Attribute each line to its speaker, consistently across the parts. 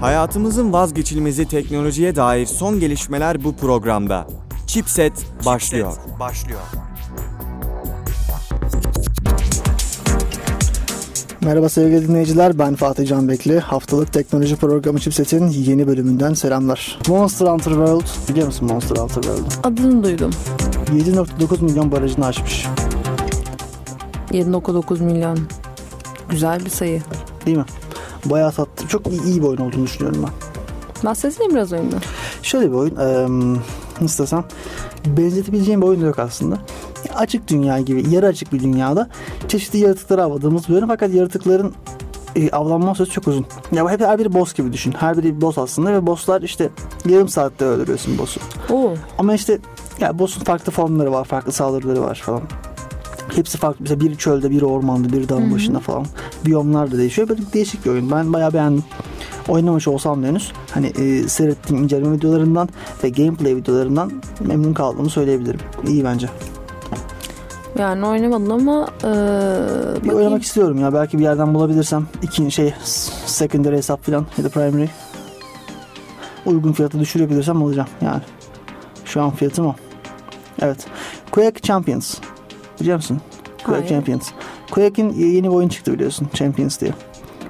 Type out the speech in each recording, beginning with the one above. Speaker 1: Hayatımızın vazgeçilmezi teknolojiye dair son gelişmeler bu programda. Chipset başlıyor.
Speaker 2: Başlıyor.
Speaker 3: Merhaba sevgili dinleyiciler, ben Fatih Canbekli. Haftalık teknoloji programı Chipset'in yeni bölümünden selamlar. Monster Hunter World, biliyor musun Monster Hunter World'u?
Speaker 4: Adını duydum.
Speaker 3: 7.9 milyon barajını aşmış,
Speaker 4: 7.9 milyon. Güzel bir sayı.
Speaker 3: değil mi? Bayağı sattı. Çok iyi, iyi bir oyun olduğunu düşünüyorum ben.
Speaker 4: Bahsetsene biraz oyundan.
Speaker 3: Şöyle bir oyun, eee, nasıl desem, benzetebileceğim bir oyun da yok aslında. Açık dünya gibi, yarı açık bir dünyada çeşitli yaratıkları avladığımız bir oyun fakat yaratıkların e, avlanma süresi çok uzun. Ya hep her biri boss gibi düşün. Her biri bir boss aslında ve bosslar işte yarım saatte öldürüyorsun boss'u.
Speaker 4: Oo.
Speaker 3: Ama işte ya boss'un farklı formları var, farklı saldırıları var falan. Hepsi farklı. Mesela biri çölde, biri ormanda, biri dağın başında falan. Biyomlar da değişiyor. Böyle değişik bir oyun. Ben bayağı beğendim. Oynamış olsam da henüz hani e, seyrettiğim inceleme videolarından ve gameplay videolarından memnun kaldığımı söyleyebilirim. İyi bence.
Speaker 4: Yani oynamadın ama eee,
Speaker 3: Bir
Speaker 4: bakayım.
Speaker 3: oynamak istiyorum ya. Belki bir yerden bulabilirsem ikinci şey s- secondary hesap falan ya da primary uygun fiyata düşürebilirsem alacağım yani. Şu an fiyatım o. Evet. Quake Champions. Biliyor musun? Quake
Speaker 4: Hayır.
Speaker 3: Champions. Quake'in y- yeni bir oyun çıktı biliyorsun. Champions diye.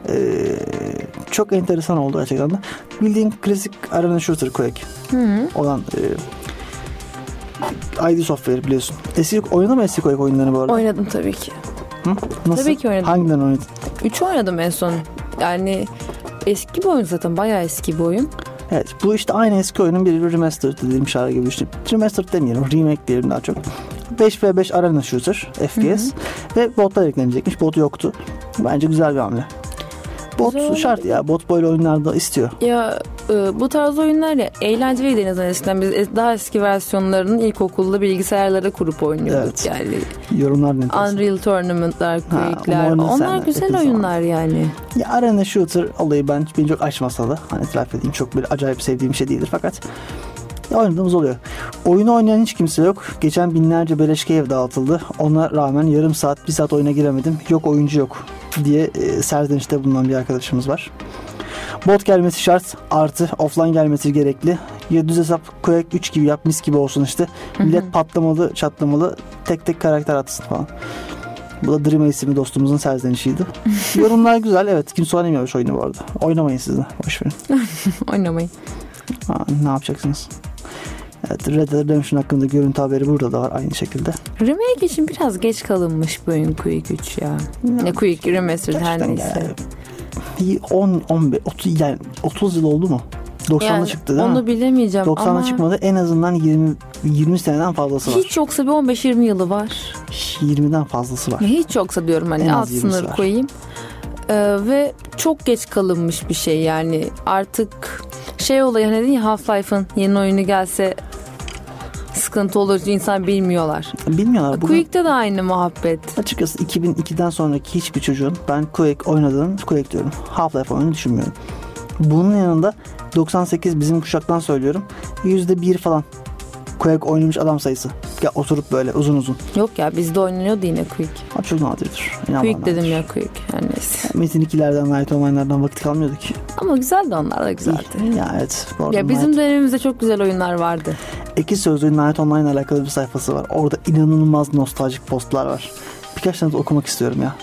Speaker 3: Ee, çok enteresan oldu gerçekten de. Bildiğin klasik arena shooter Quake
Speaker 4: Hı.
Speaker 3: olan e, ID Software biliyorsun. Eski oynadın mı eski Quake oyunlarını bu arada?
Speaker 4: Oynadım tabii ki.
Speaker 3: Hı? Nasıl?
Speaker 4: Tabii ki oynadım.
Speaker 3: Hangiden oynadın?
Speaker 4: 3 oynadım en son. Yani eski bir oyun zaten. Bayağı eski bir oyun.
Speaker 3: Evet bu işte aynı eski oyunun bir remastered dediğim şarkı gibi işte. Remastered demeyelim remake diyelim daha çok. 5v5 arena shooter FPS ve botlar eklenecekmiş. Bot yoktu. Bence güzel bir hamle. Bot
Speaker 4: Güzel olabilir.
Speaker 3: şart ya. Bot böyle oyunlarda istiyor.
Speaker 4: Ya e, bu tarz oyunlar ya eğlenceliydi en azından eskiden. Biz es- daha eski versiyonlarının ilkokulda bilgisayarlara kurup oynuyorduk
Speaker 3: Evet.
Speaker 4: yani.
Speaker 3: Yorumlar ne diyorsun?
Speaker 4: Unreal Tournament'lar, Quake'ler.
Speaker 3: onu oynadın
Speaker 4: Onlar
Speaker 3: sen de
Speaker 4: güzel
Speaker 3: yakın
Speaker 4: oyunlar yani.
Speaker 3: Ya arena shooter olayı ben beni çok aşmasa da hani itiraf edeyim çok böyle acayip sevdiğim bir şey değildir fakat ya oynadığımız oluyor. Oyunu oynayan hiç kimse yok. Geçen binlerce beleş ev dağıtıldı. Ona rağmen yarım saat, bir saat oyuna giremedim. Yok oyuncu yok diye e, serzenişte bulunan bir arkadaşımız var. Bot gelmesi şart. Artı offline gelmesi gerekli. Ya düz hesap Quake 3 gibi yap mis gibi olsun işte. Millet patlamalı çatlamalı tek tek karakter atsın falan. Bu da Dream isimli dostumuzun serzenişiydi. Yorumlar güzel evet. Kimse oynamıyormuş oyunu bu arada. Oynamayın siz de. Boş verin.
Speaker 4: Oynamayın.
Speaker 3: Ha, ne yapacaksınız? Evet Red Dead Redemption hakkında görüntü haberi burada da var aynı şekilde.
Speaker 4: Remake için biraz geç kalınmış bu oyun Quake 3 ya. Ne Quake Remastered her
Speaker 3: Gerçekten
Speaker 4: neyse.
Speaker 3: yani 10, 15, 30, yani 30 yıl oldu mu? 90'da
Speaker 4: Yani
Speaker 3: çıktı değil
Speaker 4: onu
Speaker 3: mi?
Speaker 4: bilemeyeceğim
Speaker 3: 90'da
Speaker 4: ama
Speaker 3: çıkmadı en azından 20, 20 seneden fazlası var.
Speaker 4: hiç yoksa bir 15-20 yılı var.
Speaker 3: 20'den fazlası var.
Speaker 4: Hiç yoksa diyorum
Speaker 3: En
Speaker 4: hani
Speaker 3: az
Speaker 4: alt
Speaker 3: 20'si
Speaker 4: sınır
Speaker 3: var.
Speaker 4: koyayım. Ee, ve çok geç kalınmış bir şey yani artık şey olayı hani dedin ya Half-Life'ın yeni oyunu gelse sıkıntı olur insan bilmiyorlar.
Speaker 3: Bilmiyorlar. Bugün
Speaker 4: Quake'de de aynı muhabbet.
Speaker 3: Açıkçası 2002'den sonraki hiçbir çocuğun ben Quake oynadığını, Quake diyorum, Half-Life oyunu düşünmüyorum. Bunun yanında 98 bizim kuşaktan söylüyorum. %1 falan Quake oynamış adam sayısı. Ya oturup böyle uzun uzun.
Speaker 4: Yok ya bizde oynanıyordu yine Quake.
Speaker 3: Ama çok nadirdir. İnan bana
Speaker 4: Quake dedim
Speaker 3: nadir.
Speaker 4: ya Quake her neyse.
Speaker 3: Metin 2'lerden, Night Online'lardan vakit kalmıyordu ki.
Speaker 4: Ama güzeldi onlar da güzeldi.
Speaker 3: İyi. Ya evet. bu arada
Speaker 4: Ya bizim
Speaker 3: Night-
Speaker 4: dönemimizde çok güzel oyunlar vardı.
Speaker 3: Eki Sözlüğün Night Online'la alakalı bir sayfası var. Orada inanılmaz nostaljik postlar var. Birkaç tane de okumak istiyorum ya.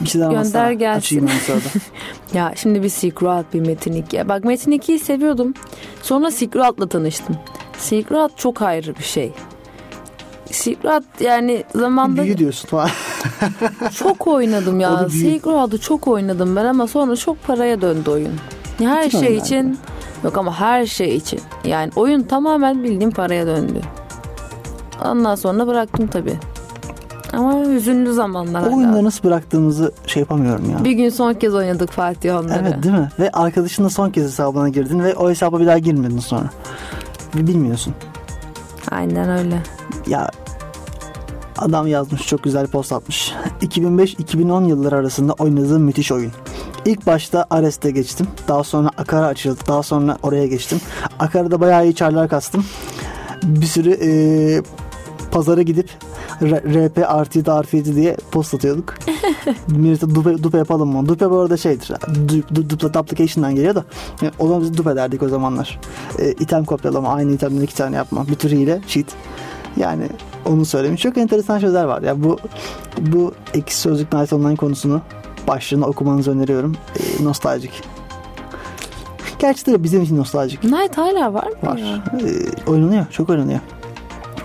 Speaker 3: Bir şeyler
Speaker 4: Gönder
Speaker 3: anlatsana.
Speaker 4: gelsin.
Speaker 3: Açayım ben sırada.
Speaker 4: Ya şimdi bir Silk Road bir Metin 2. Bak Metin 2'yi seviyordum. Sonra Silk Road'la tanıştım. Silk Road çok ayrı bir şey. Silk Road yani zamanda
Speaker 3: Büyü diyorsun falan.
Speaker 4: çok oynadım
Speaker 3: O
Speaker 4: ya.
Speaker 3: da büyü.
Speaker 4: Silk Road'u çok oynadım ben ama sonra çok paraya döndü oyun. Ya Her
Speaker 3: Bütün
Speaker 4: şey
Speaker 3: oyunlar
Speaker 4: için yok ama her şey için. Yani oyun tamamen bildiğim paraya döndü. Ondan sonra bıraktım tabii. Ama hüzünlü zamanlar.
Speaker 3: O
Speaker 4: hala.
Speaker 3: oyunları nasıl bıraktığımızı şey yapamıyorum ya.
Speaker 4: Bir gün son kez oynadık Fatih onları.
Speaker 3: Evet değil mi? Ve arkadaşınla son kez hesabına girdin ve o hesaba bir daha girmedin sonra. Ve Bilmiyorsun.
Speaker 4: Aynen öyle.
Speaker 3: Ya adam yazmış çok güzel post atmış. 2005-2010 yılları arasında oynadığım müthiş oyun. İlk başta Ares'te geçtim. Daha sonra Akar'a açıldı. Daha sonra oraya geçtim. Akar'da bayağı iyi çarlar kastım. Bir sürü eee, e, pazara gidip R- RP artı 7 artı 7 diye post atıyorduk. Millete dupe, dupe yapalım mı? Dupe bu arada şeydir. Du, du, duplicate application'dan geliyor da. Yani o zaman biz dupe derdik o zamanlar. E, item kopyalama. Aynı itemden iki tane yapma. Bir tür hile. Cheat. Yani onu söylemiş. Çok enteresan şeyler var. Ya bu bu eksi sözlük Night Online konusunu başlığını okumanızı öneriyorum. E, nostaljik. Gerçi de bizim için nostaljik.
Speaker 4: Night hala var mı?
Speaker 3: Var.
Speaker 4: ya?
Speaker 3: Ee, oynanıyor. Çok oynanıyor.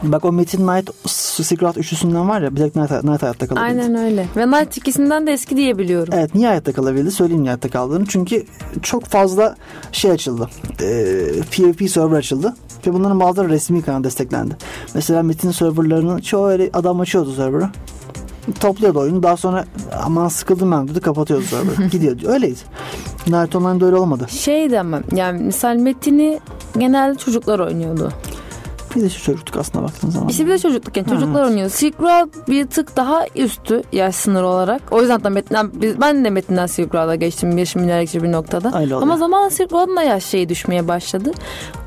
Speaker 3: Bak o Metin Knight S- Secret üçlüsünden var ya Black Knight, Knight hayatta kalabildi.
Speaker 4: Aynen öyle. Ve Night ikisinden de eski diye biliyorum.
Speaker 3: Evet niye hayatta kalabildi? Söyleyeyim niye hayatta kaldığını. Çünkü çok fazla şey açıldı. Ee, PvP server açıldı. Ve bunların bazıları resmi kanal desteklendi. Mesela Metin serverlarının çoğu öyle adam açıyordu serverı. Topluyordu oyunu. Daha sonra aman sıkıldım ben dedi kapatıyordu serverı. Gidiyordu. Öyleydi. Knight Online'da öyle olmadı.
Speaker 4: Şey demem yani misal Metin'i genelde çocuklar oynuyordu.
Speaker 3: Biz de şu çocuktuk aslında baktığın zaman.
Speaker 4: İşte bir de çocuklukken
Speaker 3: Ha,
Speaker 4: çocuklar
Speaker 3: evet.
Speaker 4: oynuyor. Silk Road bir tık daha üstü yaş sınırı olarak. O yüzden de Metin'den, biz- ben de Metin'den Silk Road'a geçtim. Yaşım ilerledikçe bir noktada.
Speaker 3: Öyle oluyor.
Speaker 4: Ama zamanla Silk Road'un da yaş şeyi düşmeye başladı.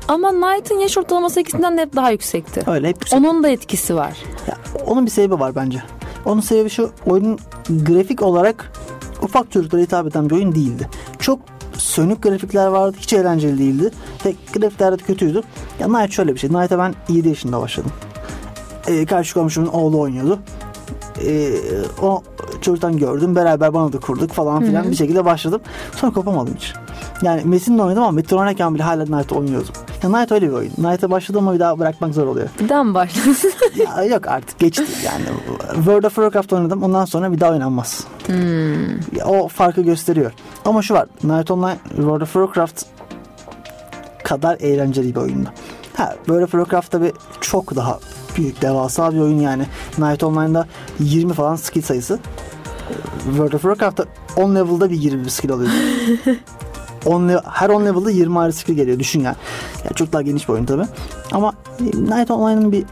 Speaker 4: Ama Knight'ın yaş ortalaması ikisinden de hep daha yüksekti.
Speaker 3: Öyle hep
Speaker 4: Onun da etkisi var.
Speaker 3: Ya, onun bir sebebi var bence. Onun sebebi şu oyunun grafik olarak ufak çocuklara hitap eden bir oyun değildi. Çok sönük grafikler vardı. Hiç eğlenceli değildi. Ve grafikler de kötüydü. Ya Knight şöyle bir şey. Knight'a ben 7 yaşında başladım. Ee, karşı komşumun oğlu oynuyordu. Ee, o çocuktan gördüm. Beraber bana da kurduk falan filan bir şekilde başladım. Sonra kopamadım hiç. Yani Metin'le oynadım ama Metin oynarken bile hala Knight oynuyordum. Ya Knight öyle bir oyun. Knight'a başladım ama bir daha bırakmak zor oluyor.
Speaker 4: Bir daha mı başlasın?
Speaker 3: Ya yok artık geçti yani. World of Warcraft oynadım ondan sonra bir daha oynanmaz. Ya O farkı gösteriyor. Ama şu var. Night Online World of Warcraft kadar eğlenceli bir oyundu. Ha, World of Warcraft tabi çok daha büyük, devasa bir oyun yani. Night Online'da 20 falan skill sayısı. World of Warcraft'ta 10 level'da bir 20 bir skill alıyordu. 10 le- her 10 level'da 20 ayrı skill geliyor. Düşün yani. Ya çok daha geniş bir oyun tabi. Ama e, Night Online'ın bir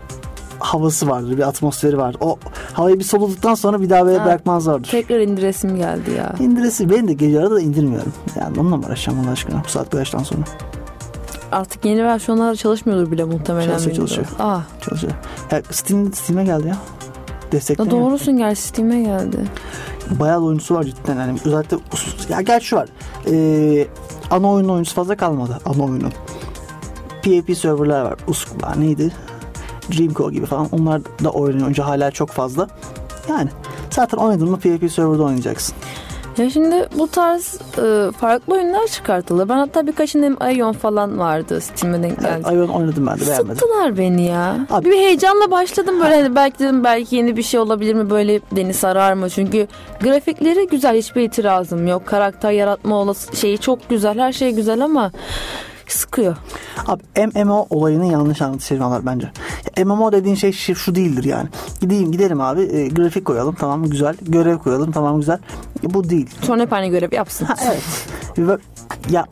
Speaker 3: havası vardır, bir atmosferi vardır. O havayı bir soluduktan sonra bir daha böyle
Speaker 4: Ha,
Speaker 3: bırakmazlardır.
Speaker 4: Tekrar indiresim geldi ya.
Speaker 3: İndiresi ben de gece arada da indirmiyorum. Yani onunla mı uğraşacağım Allah aşkına bu saat bu yaştan sonra?
Speaker 4: Artık yeni versiyonlar çalışmıyordur bile muhtemelen. Ah,
Speaker 3: Çalışıyor,
Speaker 4: Windows.
Speaker 3: çalışıyor.
Speaker 4: Aa,
Speaker 3: Çalışıyor. Ya Steam, Steam'e geldi ya.
Speaker 4: ya
Speaker 3: Destekleniyor.
Speaker 4: doğrusun gerçi Steam'e geldi.
Speaker 3: Bayağı da oyuncusu var cidden. Yani özellikle ya gerçi şu var. Ee, ana oyunun oyuncusu fazla kalmadı. Ana oyunun. PvP serverlar var. Usk var neydi? Dreamco gibi falan. Onlar da oynuyor. Önce hala çok fazla. Yani zaten oynadın mı PvP serverda oynayacaksın.
Speaker 4: Ya şimdi bu tarz e, farklı oyunlar çıkartıldı. Ben hatta birkaçının Ion falan vardı Steam'e denk geldi.
Speaker 3: Evet, Ion oynadım ben de beğenmedim.
Speaker 4: Sıktılar beni ya.
Speaker 3: Abi-
Speaker 4: Bir heyecanla başladım böyle hani belki dedim belki yeni bir şey olabilir mi böyle beni sarar mı? Çünkü grafikleri güzel hiçbir itirazım yok. Karakter yaratma olası şeyi çok güzel her şey güzel ama sıkıyor.
Speaker 3: Abi MMO olayını yanlış anlatışıyorlar bence. Ya, MMO dediğin şey şi- şu değildir yani. Gideyim gidelim abi e, grafik koyalım tamam güzel. Görev koyalım tamam güzel. E, bu değil.
Speaker 4: Sonra hep aynı görev yapsın.
Speaker 3: Ha, evet. Ve- ya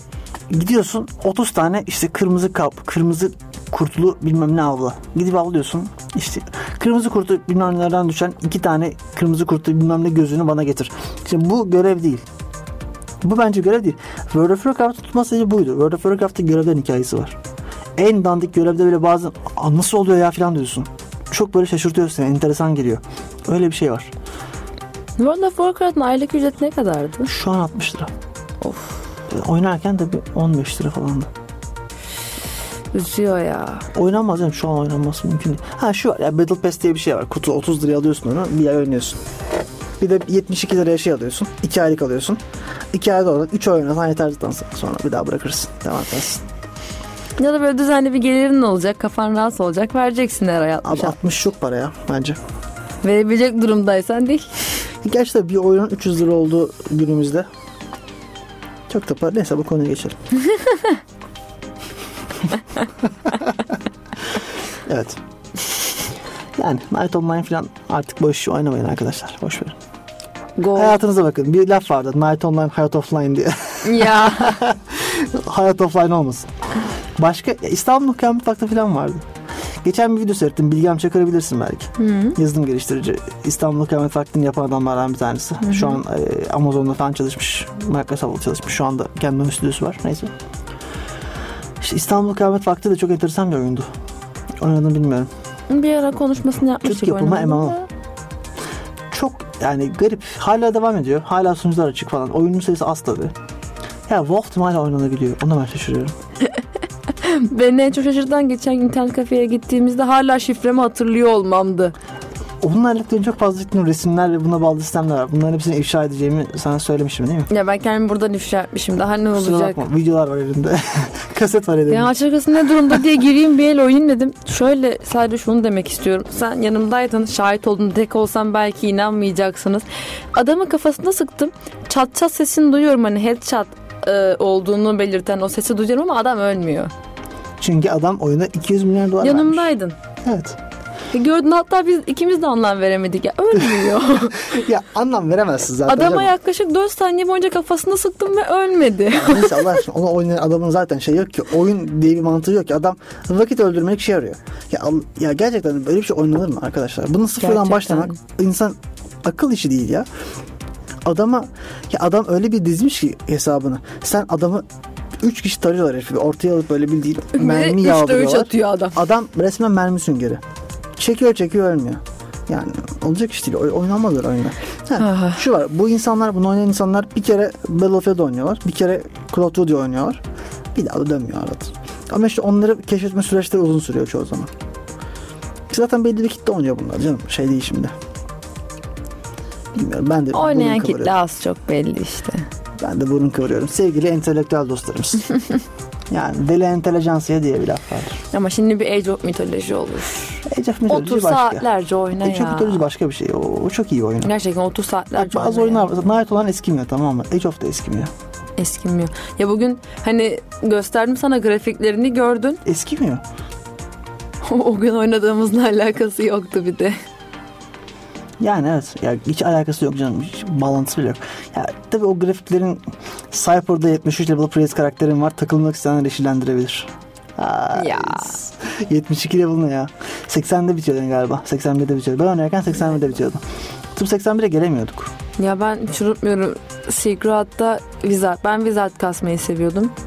Speaker 3: gidiyorsun 30 tane işte kırmızı kap, kırmızı kurtlu bilmem ne avla. Gidip avlıyorsun işte kırmızı kurtu bilmem nelerden düşen iki tane kırmızı kurtu bilmem ne gözünü bana getir. Şimdi bu görev değil. Bu bence görev değil. World of Warcraft'ı tutma sebebi buydu. World of Warcraft'ta görevlerin hikayesi var. En dandik görevde böyle bazen "Aa, nasıl oluyor ya filan diyorsun. Çok böyle şaşırtıyor seni. Enteresan geliyor. Öyle bir şey var.
Speaker 4: World of Warcraft'ın aylık ücreti ne kadardı?
Speaker 3: Şu an 60 lira.
Speaker 4: Of
Speaker 3: E, Oynarken de 15 lira falandı.
Speaker 4: üzüyor ya.
Speaker 3: Oynanmaz yani şu an oynanması mümkün değil. Ha şu var ya Battle Pass diye bir şey var. Kutu 30 liraya alıyorsun onu bir ay oynuyorsun. Bir de 72 liraya şey alıyorsun. 2 aylık alıyorsun. 2 ayda olarak 3 ay oynasan yeter zaten sana. sonra bir daha bırakırsın. Devam edersin.
Speaker 4: Ya da böyle düzenli bir gelirin olacak kafan rahat olacak vereceksin her ay
Speaker 3: Abi
Speaker 4: 60
Speaker 3: 60 çok para ya bence.
Speaker 4: Verebilecek durumdaysan değil.
Speaker 3: Gerçi de bir oyunun 300 lira olduğu günümüzde. Çok da para. Neyse bu konuya geçelim. evet. Yani Night Online falan artık boş işi oynamayın arkadaşlar. Boş verin.
Speaker 4: Go.
Speaker 3: Hayatınıza bakın. Bir laf vardı. Night Online, Hayat Offline diye.
Speaker 4: ya.
Speaker 3: hayat Offline olmasın. Başka ya İstanbul Kıyamet Vakti falan vardı. Geçen bir video seyrettim. Bilgem çakırabilirsin belki. Yazılım geliştirici. İstanbul Kıyamet Vakti'ni yapan adamlardan bir tanesi. Şu an e, Amazon'da falan çalışmış. Microsoft'ta çalışmış. Şu anda kendi stüdyosu var. Neyse. İşte İstanbul Kıyamet Vakti de çok enteresan bir oyundu. Oynadım bilmiyorum.
Speaker 4: Bir ara konuşmasını yapmıştık.
Speaker 3: Türk yapımı
Speaker 4: oynamanın
Speaker 3: MMO.
Speaker 4: da.
Speaker 3: Çok yani garip. Hala devam ediyor. Hala sunucular açık falan. Oyunun sayısı az tabii. Ya Wolf'tum hala oynanabiliyor. Ona ben şaşırıyorum.
Speaker 4: Beni en çok şaşırtan geçen gün internet kafeye gittiğimizde hala şifremi hatırlıyor olmamdı.
Speaker 3: Onunla alakalı çok fazla ciddi resimler ve buna bağlı sistemler var. Bunların hepsini ifşa edeceğimi sana söylemişim değil mi?
Speaker 4: Ya ben kendimi buradan ifşa etmişim. Daha ne
Speaker 3: Kusura
Speaker 4: olacak?
Speaker 3: bakma. Videolar var elimde. Kaset var elimde.
Speaker 4: Ya açıkçası ne durumda diye gireyim bir el oynayayım dedim. Şöyle sadece şunu demek istiyorum. Sen yanımdaydın, şahit oldun. Tek olsam belki inanmayacaksınız. Adamın kafasına sıktım. Çat çat sesini duyuyorum hani headshot e, olduğunu belirten o sesi duyuyorum ama adam ölmüyor.
Speaker 3: Çünkü adam oyuna 200 milyar dolar vermiş.
Speaker 4: Yanımdaydın.
Speaker 3: Evet.
Speaker 4: E, Gördün hatta biz ikimiz de anlam veremedik ya. Ölmüyor.
Speaker 3: Ya anlam veremezsin zaten.
Speaker 4: Adama
Speaker 3: hocam.
Speaker 4: yaklaşık 4 saniye boyunca kafasına sıktım ve ölmedi.
Speaker 3: Neyse Allah aşkına ona oynayan adamın zaten şey yok ki. Oyun diye bir mantığı yok ki. Adam vakit öldürmek şey arıyor. Ya, al- ya gerçekten böyle bir şey oynanır mı arkadaşlar? Bunu sıfırdan
Speaker 4: Gerçekten.
Speaker 3: başlamak insan akıl işi değil ya. Adama ya adam öyle bir dizmiş ki hesabını. Sen adamı 3 kişi tarıyorlar herifi. Ortaya alıp böyle bildiğin mermi
Speaker 4: Ve üçte üç
Speaker 3: yağdırıyorlar.
Speaker 4: atıyor adam.
Speaker 3: Adam resmen mermi süngeri. Çekiyor çekiyor ölmüyor. Yani olacak iş değil. Oy- Oynanmaz öyle oyunlar. Ha,
Speaker 4: Ah.
Speaker 3: şu var. Bu insanlar, bunu oynayan insanlar bir kere Battlefield oynuyorlar. Bir kere Call of Duty oynuyorlar. Bir daha da dönmüyor arada. Ama işte onları keşfetme süreçleri uzun sürüyor çoğu zaman. Zaten belli bir kitle oynuyor bunlar canım. Şey değil şimdi. Bilmiyorum ben de
Speaker 4: Oynayan
Speaker 3: burun
Speaker 4: kitle
Speaker 3: kıvırıyorum.
Speaker 4: az çok belli işte.
Speaker 3: Ben de burun kıvırıyorum. Sevgili entelektüel dostlarımız. yani deli entelejansiye diye bir laf var.
Speaker 4: Ama şimdi bir Age of Mythology olur.
Speaker 3: Age of Mythology
Speaker 4: Otur
Speaker 3: başka. E,
Speaker 4: saatlerce oyna
Speaker 3: Age of
Speaker 4: ya.
Speaker 3: Mythology başka bir şey. O, o çok iyi oyun.
Speaker 4: Gerçekten 30
Speaker 3: Bak,
Speaker 4: saatlerce
Speaker 3: bazı
Speaker 4: oyna ya.
Speaker 3: oyunlar var. Night olan eskimiyor tamam mı? Age of da eskimiyor.
Speaker 4: Eskimiyor. Ya bugün hani gösterdim sana grafiklerini gördün.
Speaker 3: Eskimiyor.
Speaker 4: O, o gün oynadığımızla alakası yoktu bir de.
Speaker 3: Yani evet. Ya hiç alakası yok canım. Hiç bağlantısı bile yok. Ya tabii o grafiklerin Cypher'da 73 level priest karakterin var. Takılmak isteyenler yeşillendirebilir. Ay,
Speaker 4: Ya.
Speaker 3: 72 level ne ya? 80'de bitiyordun galiba. 81'de bitiyordun. Ben oynarken 81'de bitiyordum. Tıp 81'e gelemiyorduk.
Speaker 4: Ya ben hiç unutmuyorum. Secret'ta Wizard. Ben Wizard kasmayı seviyordum.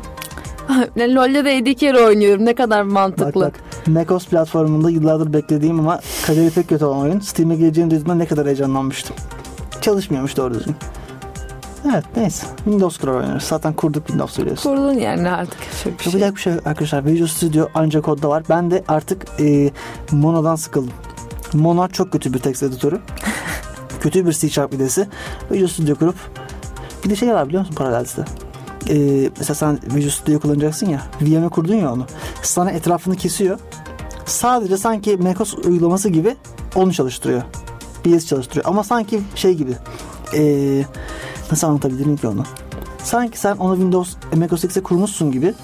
Speaker 4: Ne LoL'de de edik yere oynuyorum. Ne kadar
Speaker 3: Bak
Speaker 4: mantıklı.
Speaker 3: bak. MacOS platformunda yıllardır beklediğim ama kaderi pek kötü olan oyun. Steam'e geleceğini duyduğumda ne kadar heyecanlanmıştım. Çalışmıyormuş doğru düzgün. Evet neyse. Windows kurar oynarız. Zaten kurduk Windows biliyorsun.
Speaker 4: Kurdun yani artık şöyle bir şey.
Speaker 3: Yapacak bir şey yok arkadaşlar. Visual Studio ancak kodda var. Ben de artık e, Mono'dan sıkıldım. Mono çok kötü bir text editörü. kötü bir C Sharp idesi. Visual Studio kurup bir de şey var biliyor musun paralel site? E, mesela sen Visual Studio kullanacaksın ya. VM'e kurdun ya onu. Sana etrafını kesiyor. Sadece sanki macOS uygulaması gibi onu çalıştırıyor. BS çalıştırıyor. Ama sanki şey gibi. E, nasıl anlatabilirim ki onu? Sanki sen onu Windows e, macOS X'e kurmuşsun gibi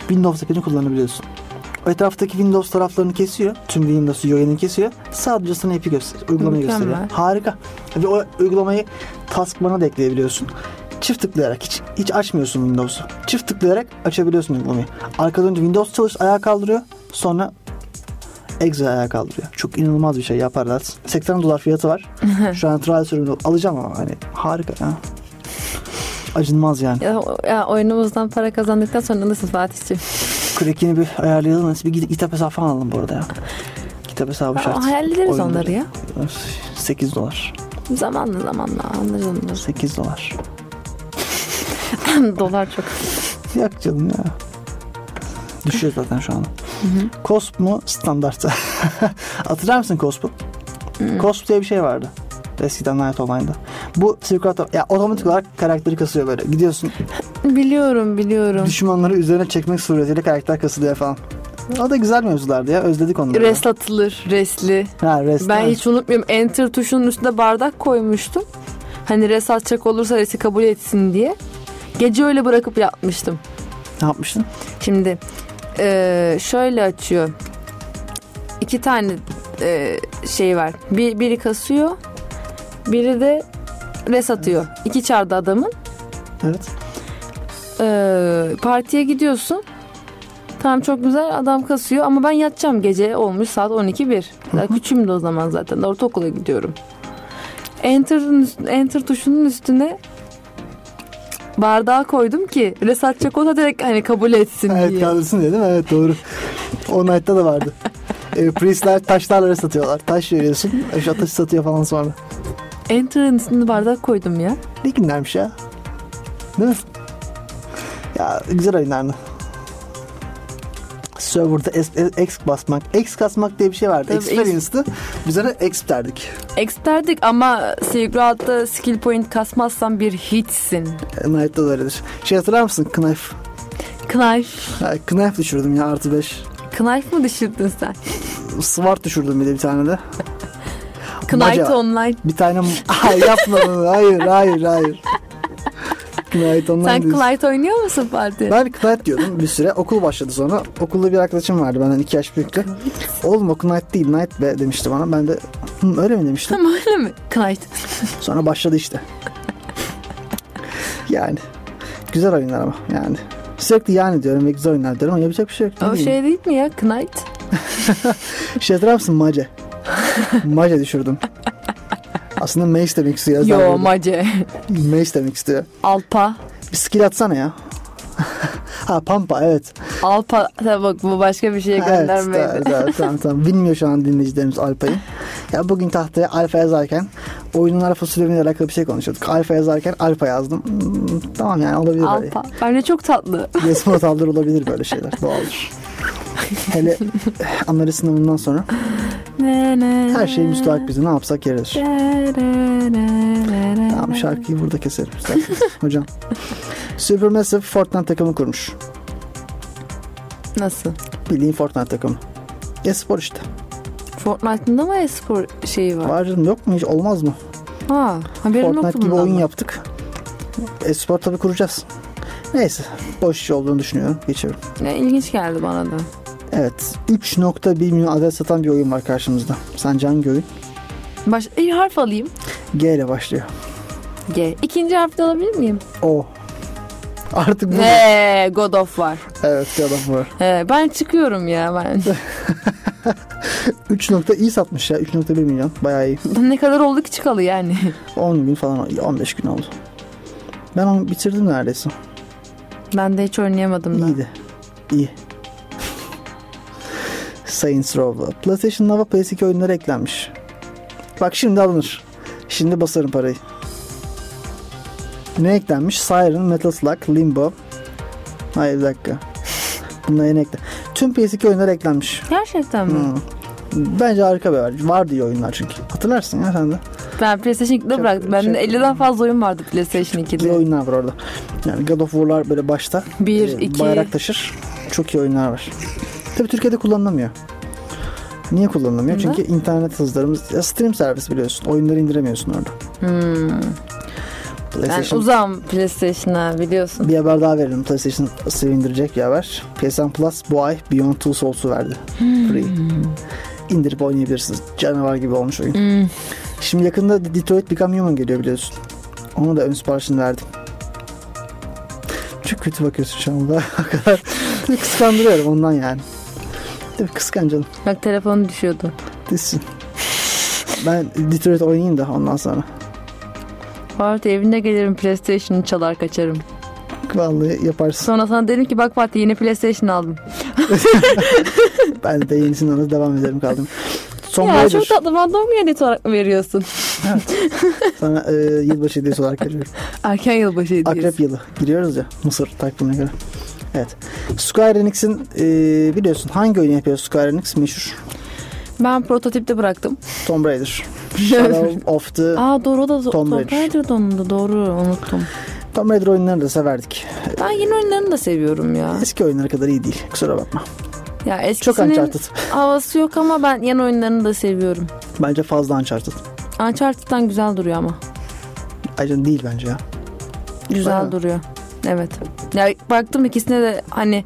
Speaker 3: Windows app'ini kullanabiliyorsun. O etraftaki Windows taraflarını kesiyor. Tüm Windows UI'nin kesiyor. Sadece sana app'i gösteriyor. Uygulamayı
Speaker 4: Mükemmel.
Speaker 3: gösteriyor. Harika. Ve o uygulamayı taskbarına da ekleyebiliyorsun. Çift tıklayarak hiç, hiç açmıyorsun Windows'u. Çift tıklayarak açabiliyorsun uygulamayı. Arkadan önce Windows çalış ayağa kaldırıyor. Sonra Exe ayağa kaldırıyor. Çok inanılmaz bir şey yaparlar. 80 dolar fiyatı var. Şu an trial sürümünü alacağım ama hani harika ya. Acınmaz yani.
Speaker 4: Ya, ya oyunumuzdan para kazandıktan sonra nasıl Fatih'ciğim?
Speaker 3: Crack'ini bir ayarlayalım. Nasıl bir gidip kitap hesabı falan alalım bu arada ya. Kitap hesabı şart.
Speaker 4: Aa, hayal ederiz
Speaker 3: Oyunları.
Speaker 4: onları ya.
Speaker 3: 8 dolar.
Speaker 4: Zamanla zamanla anlarız onları.
Speaker 3: 8 dolar.
Speaker 4: Dolar çok.
Speaker 3: Yok canım ya. Düşüyor zaten şu an. Cosp mu standart? Hatırlar mısın Cosp'u?
Speaker 4: Hmm.
Speaker 3: Cosp diye bir şey vardı. Eskiden Night Online'da. Bu Secret ya otomatik olarak karakteri kasıyor böyle. Gidiyorsun
Speaker 4: Biliyorum biliyorum.
Speaker 3: düşmanları üzerine çekmek suretiyle karakter kasılıyor falan. O da güzel mevzulardı ya. Özledik onları.
Speaker 4: Rest atılır, resli.
Speaker 3: Ha, rest.
Speaker 4: Ben
Speaker 3: evet.
Speaker 4: hiç unutmuyorum. Enter tuşunun üstüne bardak koymuştum. Hani res atacak olursa resi kabul etsin diye. Gece öyle bırakıp yatmıştım.
Speaker 3: Ne yapmıştın?
Speaker 4: Şimdi eee, şöyle açıyor. İki tane eee, şey var. Bir, biri kasıyor. Biri de res atıyor. İki çarda adamın.
Speaker 3: Evet.
Speaker 4: Eee, Ee, partiye gidiyorsun. Tamam çok güzel adam kasıyor ama ben yatacağım gece olmuş saat 12.1. Daha küçüğüm de o zaman zaten. Daha Ortaokula gidiyorum. Enter'ın üst- enter tuşunun üstüne bardağa koydum ki Resat Çakola direkt hani kabul etsin
Speaker 3: Evet
Speaker 4: diye.
Speaker 3: kaldırsın diye değil mi? Evet doğru. O Night'ta da vardı. E, priestler taşlarla satıyorlar. Taş veriyorsun. Aşağı taşı satıyor falan sonra.
Speaker 4: Enter'ın üstünde bardak koydum ya.
Speaker 3: Ne günlermiş ya. Değil mi? Ya güzel oyunlardı. Server'da es- e- X basmak. X kasmak diye bir şey vardı.
Speaker 4: Tabii,
Speaker 3: Experience'dı. Biz ona X derdik.
Speaker 4: Eksterdik ama Silgrad'da skill point kasmazsan bir hitsin.
Speaker 3: E, Knife'da da öyledir. Şey hatırlar mısın? Knife.
Speaker 4: Knife.
Speaker 3: Ha, knife düşürdüm ya artı 5.
Speaker 4: Knife mı düşürdün sen?
Speaker 3: Sword düşürdüm bir de bir tane de.
Speaker 4: Knife online.
Speaker 3: Bir tane... Ay yapma bunu. Hayır hayır hayır. Knife online
Speaker 4: Sen
Speaker 3: diyorsun.
Speaker 4: Knife oynuyor musun Fatih?
Speaker 3: Ben Knight diyordum bir süre. Okul başladı sonra. Okulda bir arkadaşım vardı benden iki yaş büyüktü. Oğlum o Knight değil Knight be demişti bana. Ben de "Hı, öyle mi demiştim.
Speaker 4: Tamam öyle mi? Knife.
Speaker 3: Sonra başladı işte. Yani. Güzel oyunlar ama yani. Sürekli yani diyorum ve güzel oyunlar diyorum ama yapacak bir şey yok.
Speaker 4: O
Speaker 3: Ne diyeyim?
Speaker 4: şey değil mi ya? Knight.
Speaker 3: Şey hatırlar mısın Mace? Mace düşürdüm. Aslında Mace demek istiyor.
Speaker 4: Yo
Speaker 3: Yo,
Speaker 4: mace.
Speaker 3: Mace demek istiyor.
Speaker 4: Alpa.
Speaker 3: Bir skill atsana ya. ha Pampa evet.
Speaker 4: Alpa. Tabii bak bu başka bir şeye
Speaker 3: Evet,
Speaker 4: göndermeydi.
Speaker 3: evet, evet, tamam, tamam. Bilmiyor şu an dinleyicilerimiz Alpa'yı. Ya bugün tahtaya Alfa yazarken oyunun alfa süremiyle alakalı bir şey konuşuyorduk. Alfa yazarken Alfa yazdım. Hmm, tamam yani olabilir böyle.
Speaker 4: Alpa. Bence çok tatlı.
Speaker 3: Resmi hatalar olabilir böyle şeyler. Doğaldır. Hele analiz sınavından sonra her şey müstahak bize. Ne yapsak yeriz. Tamam şarkıyı burada keserim isterseniz. Hocam. Supermassive Fortnite takımı kurmuş.
Speaker 4: Nasıl?
Speaker 3: Bildiğin Fortnite takımı. E-spor işte.
Speaker 4: Fortnite'ında mı e-spor şeyi var?
Speaker 3: Var canım, yok mu hiç olmaz mı?
Speaker 4: Ha, haberim
Speaker 3: Fortnite
Speaker 4: yoktu
Speaker 3: gibi
Speaker 4: bundan
Speaker 3: oyun
Speaker 4: da.
Speaker 3: yaptık. Espor tabii kuracağız. Neyse. Boş iş olduğunu düşünüyorum. Geçiyorum.
Speaker 4: Ne ilginç geldi bana da.
Speaker 3: Evet. 3.1 milyon adet satan bir oyun var karşımızda. Sence hangi oyun?
Speaker 4: Baş İyi harf alayım.
Speaker 3: G ile başlıyor.
Speaker 4: G. İkinci harfte alabilir miyim?
Speaker 3: O. Artık bu.
Speaker 4: He, God of War.
Speaker 3: Evet cevap var.
Speaker 4: He, ben çıkıyorum ya ben.
Speaker 3: 3. nokta iyi satmış ya. 3.1 milyon. Bayağı iyi.
Speaker 4: ne kadar oldu ki çıkalı yani.
Speaker 3: 10 gün falan. 15 gün oldu. Ben onu bitirdim neredeyse.
Speaker 4: Ben de hiç oynayamadım da.
Speaker 3: İyiydi. İyi. Saints Row'la. PlayStation Nova PS2 oyunları eklenmiş. Bak şimdi alınır. Şimdi basarım parayı. Ne eklenmiş? Siren, Metal Slug, Limbo. Hayır bir dakika. Bunlar yeni ekle. Tüm PS2 oyunları eklenmiş.
Speaker 4: Gerçekten mi?
Speaker 3: Hmm. Bence harika bir haber. Vardı iyi oyunlar çünkü. Hatırlarsın ya sen de.
Speaker 4: Ben PlayStation 2'de
Speaker 3: Çok- şey-
Speaker 4: bıraktım. Bende
Speaker 3: çok-
Speaker 4: 50'den fazla oyun vardı PlayStation
Speaker 3: İyi
Speaker 4: 2'de.
Speaker 3: oyunlar var orada. Yani God of War'lar böyle başta.
Speaker 4: 1,
Speaker 3: e,
Speaker 4: 2,
Speaker 3: bayrak taşır. Çok iyi oyunlar var. Tabii Türkiye'de kullanılamıyor. Niye kullanılamıyor?
Speaker 4: Neden?
Speaker 3: Çünkü internet hızlarımız ya stream servis biliyorsun. Oyunları indiremiyorsun orada.
Speaker 4: Hmm. Ben
Speaker 3: PlayStation
Speaker 4: uzağım PlayStation'a biliyorsun.
Speaker 3: bir haber daha verelim. PlayStation sevindirecek bir haber. PSN Plus bu ay Beyond Two Souls'u verdi.
Speaker 4: Hmm.
Speaker 3: Free. İndirip oynayabilirsiniz. Canavar gibi olmuş oyun.
Speaker 4: Hmm.
Speaker 3: Şimdi yakında Detroit Become Human geliyor biliyorsun. Ona da ön siparişini verdim. Çok kötü bakıyorsun şu anda. O kadar kıskandırıyorum ondan yani. Tabii kıskan canım.
Speaker 4: Bak telefonu düşüyordu.
Speaker 3: Desin. Ben Detroit oynayayım da ondan sonra.
Speaker 4: Fatih evine gelirim PlayStation'ı çalar kaçarım.
Speaker 3: Vallahi yaparsın.
Speaker 4: Sonra sana dedim ki bak Fatih yeni PlayStation aldım.
Speaker 3: Ben de yenisini alıp devam ederim kaldım. Tomb
Speaker 4: ya çok
Speaker 3: Raider.
Speaker 4: tatlı random mu hediye olarak mı veriyorsun?
Speaker 3: Sana e, yılbaşı hediyesi olarak veriyorum.
Speaker 4: Erken yılbaşı hediyesi.
Speaker 3: Akrep yılı. Giriyoruz ya. Mısır takvimine göre. Evet. Square Enix'in e, biliyorsun hangi oyunu yapıyor Square Enix? Meşhur.
Speaker 4: Ben prototipte bıraktım.
Speaker 3: Tomb Raider. Shadow of the
Speaker 4: Aa doğru o da
Speaker 3: Tomb
Speaker 4: Tomb, Tomb
Speaker 3: Raider.
Speaker 4: Raider'da onun da doğru unuttum.
Speaker 3: Tomb Raider oyunlarını da severdik.
Speaker 4: Ben yeni oyunlarını da seviyorum ya.
Speaker 3: Eski oyunları kadar iyi değil. Kusura bakma.
Speaker 4: Ya
Speaker 3: Çok
Speaker 4: eskisinin
Speaker 3: Uncharted.
Speaker 4: havası yok ama ben yeni oyunlarını da seviyorum.
Speaker 3: Bence fazla Uncharted.
Speaker 4: Uncharted'dan güzel duruyor ama.
Speaker 3: Ayrıca değil bence ya.
Speaker 4: Güzel
Speaker 3: Bayağı.
Speaker 4: duruyor. Evet. Ya baktım ikisine de hani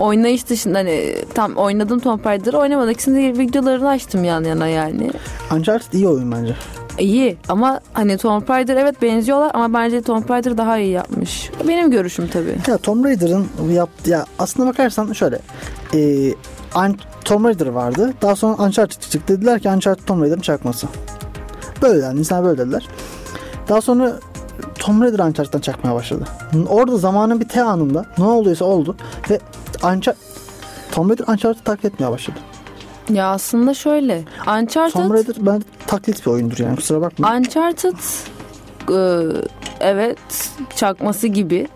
Speaker 4: oynayış dışında hani tam oynadım Tomb Raider'ı oynamadım. İkisini de videolarını açtım yan yana yani.
Speaker 3: Uncharted iyi oyun bence.
Speaker 4: İyi ama hani Tomb Raider evet benziyorlar ama bence Tomb Raider daha iyi yapmış. Benim görüşüm tabii.
Speaker 3: Ya Tomb Raider'ın yaptığı... Ya aslına bakarsan şöyle. E, Un- Tomb Raider vardı. Daha sonra Uncharted çıktı. Dediler ki Uncharted Tomb Raider'ın çakması. Böyle yani. insanlar böyle dediler. Daha sonra Tomb Raider Uncharted'dan çakmaya başladı. Orada zamanın bir T anında ne olduysa oldu ve Uncharted Tomb Raider Uncharted'ı taklit etmeye başladı.
Speaker 4: Ya aslında şöyle. Uncharted
Speaker 3: Tomb Raider ben taklit bir oyundur yani kusura bakma.
Speaker 4: Uncharted e, evet çakması gibi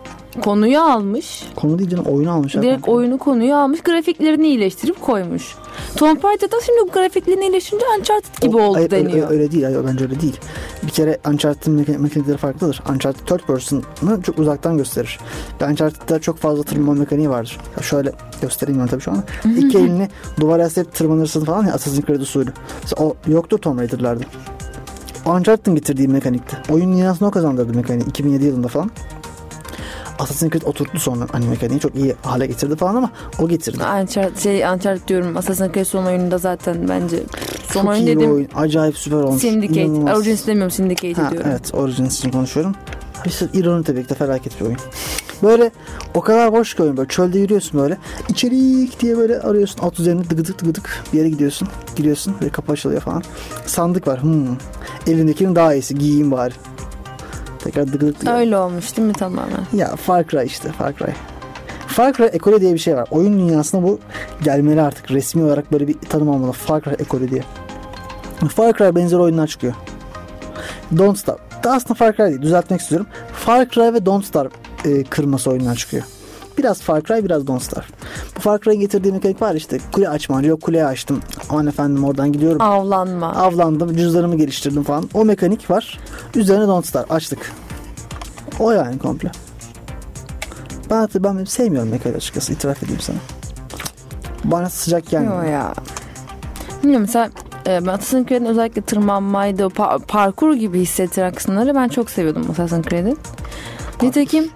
Speaker 4: konuyu almış.
Speaker 3: Konu değil canım oyunu almışlar.
Speaker 4: Direkt oyunu konuyu almış. Grafiklerini iyileştirip koymuş. Tomb Raider'da şimdi bu grafiklerini iyileştirince Uncharted gibi
Speaker 3: O-
Speaker 4: oldu
Speaker 3: hayır, öyle-
Speaker 4: deniyor.
Speaker 3: Öyle, öyle değil. Hayır, bence öyle değil. Bir kere Uncharted'ın meka- mekanikleri farklıdır. Uncharted third person'ı çok uzaktan gösterir. Ve Uncharted'da çok fazla tırmanma mekaniği vardır. Ya şöyle göstereyim ben tabii şu an. İki elini duvara asıp tırmanırsın falan ya Assassin's Creed usulü. Mesela o yoktur Tomb Raider'larda. Uncharted'ın getirdiği mekanikti. Oyun dünyasına o kazandırdı mekaniği 2007 yılında falan. Assassin's Creed oturttu sonra hani mekaniği çok iyi hale getirdi falan ama o getirdi.
Speaker 4: Uncharted, şey, Uncharted diyorum. Assassin's Creed son oyununda zaten bence. Son
Speaker 3: çok
Speaker 4: oyun
Speaker 3: iyi bir
Speaker 4: dedim.
Speaker 3: oyun. Acayip süper olmuş.
Speaker 4: Syndicate.
Speaker 3: İnanılmaz.
Speaker 4: Origins demiyorum Syndicate
Speaker 3: Ha,
Speaker 4: diyorum.
Speaker 3: evet Origins için konuşuyorum. İşte ironi tabii ki de felaket bir oyun. Böyle o kadar boş ki oyun böyle çölde yürüyorsun böyle içerik diye böyle arıyorsun at üzerinde dıgıdık dıgıdık bir yere gidiyorsun giriyorsun ve kapı açılıyor falan. Sandık var hmm. elindekinin daha iyisi giyeyim bari. Tekrar dıgıdık dıgıdık.
Speaker 4: Öyle olmuş değil mi tamamen?
Speaker 3: Ya Far Cry işte Far Cry. Far Cry ekolü diye bir şey var. Oyun dünyasına bu gelmeli artık. Resmi olarak böyle bir tanım almalı. Far Cry ekolü diye. Far Cry benzeri oyunlar çıkıyor. Don't Starve. Da aslında Far Cry değil. Düzeltmek istiyorum. Far Cry ve Don't Starve e, kırması oyunlar çıkıyor. Biraz Far Cry, biraz Don't Starve. Bu Far Cry'in getirdiği mekanik var işte. Kule açma. Yok kuleyi açtım. Aman efendim oradan gidiyorum.
Speaker 4: Avlanma.
Speaker 3: Avlandım. Cüzdanımı geliştirdim falan. O mekanik var. Üzerine Don't Starve. Açtık. O yani komple. Ben, ben sevmiyorum mekanik açıkçası. itiraf edeyim sana. Bana sıcak gelmiyor.
Speaker 4: Yok ya. Bilmiyorum mesela e, ben Assassin's Creed'in özellikle tırmanmaydı, o pa- parkur gibi hissettiren kısımları ben çok seviyordum Assassin's Creed'in. Nitekim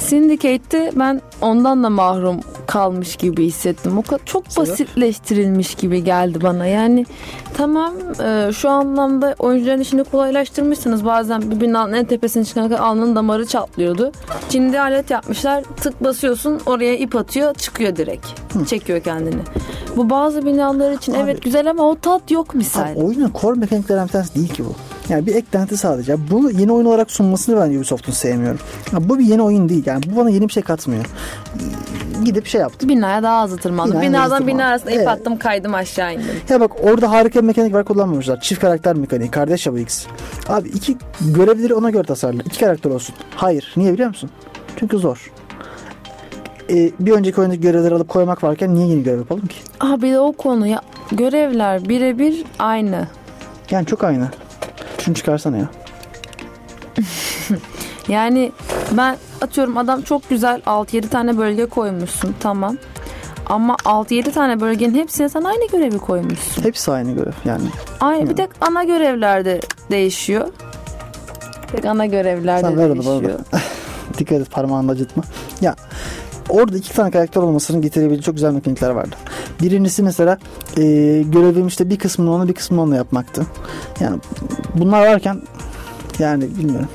Speaker 4: Syndicate'de ben ondan da mahrum kalmış gibi hissettim. O kadar çok
Speaker 3: Sebep?
Speaker 4: basitleştirilmiş gibi geldi bana. Yani tamam e, şu anlamda oyuncuların işini kolaylaştırmışsınız. Bazen bir binanın en tepesine çıkan alnının damarı çatlıyordu. Şimdi alet yapmışlar. Tık basıyorsun oraya ip atıyor çıkıyor direkt. Çekiyor kendini. Bu bazı binalar için
Speaker 3: Abi-
Speaker 4: evet güzel ama o tat yok misal.
Speaker 3: Abi oyunun core mekaniklerinden bir tanesi değil ki bu. Yani bir eklenti sadece. Ya Bunu yeni oyun olarak sunmasını ben Ubisoft'un sevmiyorum. Ya bu bir yeni oyun değil. Yani bu bana yeni bir şey katmıyor. Gidip şey yaptım.
Speaker 4: Binaya daha hızlı tırmandım.
Speaker 3: Binaya daha hızlı
Speaker 4: Binadan bina
Speaker 3: tırmandım.
Speaker 4: arasında ip
Speaker 3: Evet.
Speaker 4: attım kaydım aşağı indim.
Speaker 3: Ya bak orada harika bir mekanik var kullanmamışlar. Çift karakter mekaniği. Kardeş ya bu ikisi. Abi iki görevleri ona göre tasarlı. İki karakter olsun. Hayır. Niye biliyor musun? Çünkü zor. Ee, bir önceki oyundaki görevleri alıp koymak varken niye yeni görev yapalım ki?
Speaker 4: Abi de o konu ya görevler birebir aynı.
Speaker 3: Yani çok aynı. Şunu çıkarsana ya.
Speaker 4: Yani ben atıyorum adam çok güzel 6-7 tane bölge koymuşsun tamam. Ama 6-7 tane bölgenin hepsine sen aynı görevi koymuşsun.
Speaker 3: Hepsi aynı görev yani.
Speaker 4: Aynı bir tek ana görevlerde değişiyor. Bir Tek ana görevlerde
Speaker 3: Sen ver onu bana.
Speaker 4: değişiyor.
Speaker 3: Dikkat et parmağını acıtma. Ya orada iki tane karakter olmasının getirebileceği çok güzel mekanikler vardı. Birincisi mesela e, görevim işte bir kısmını ona bir kısmını onunla yapmaktı. Yani bunlar varken yani bilmiyorum.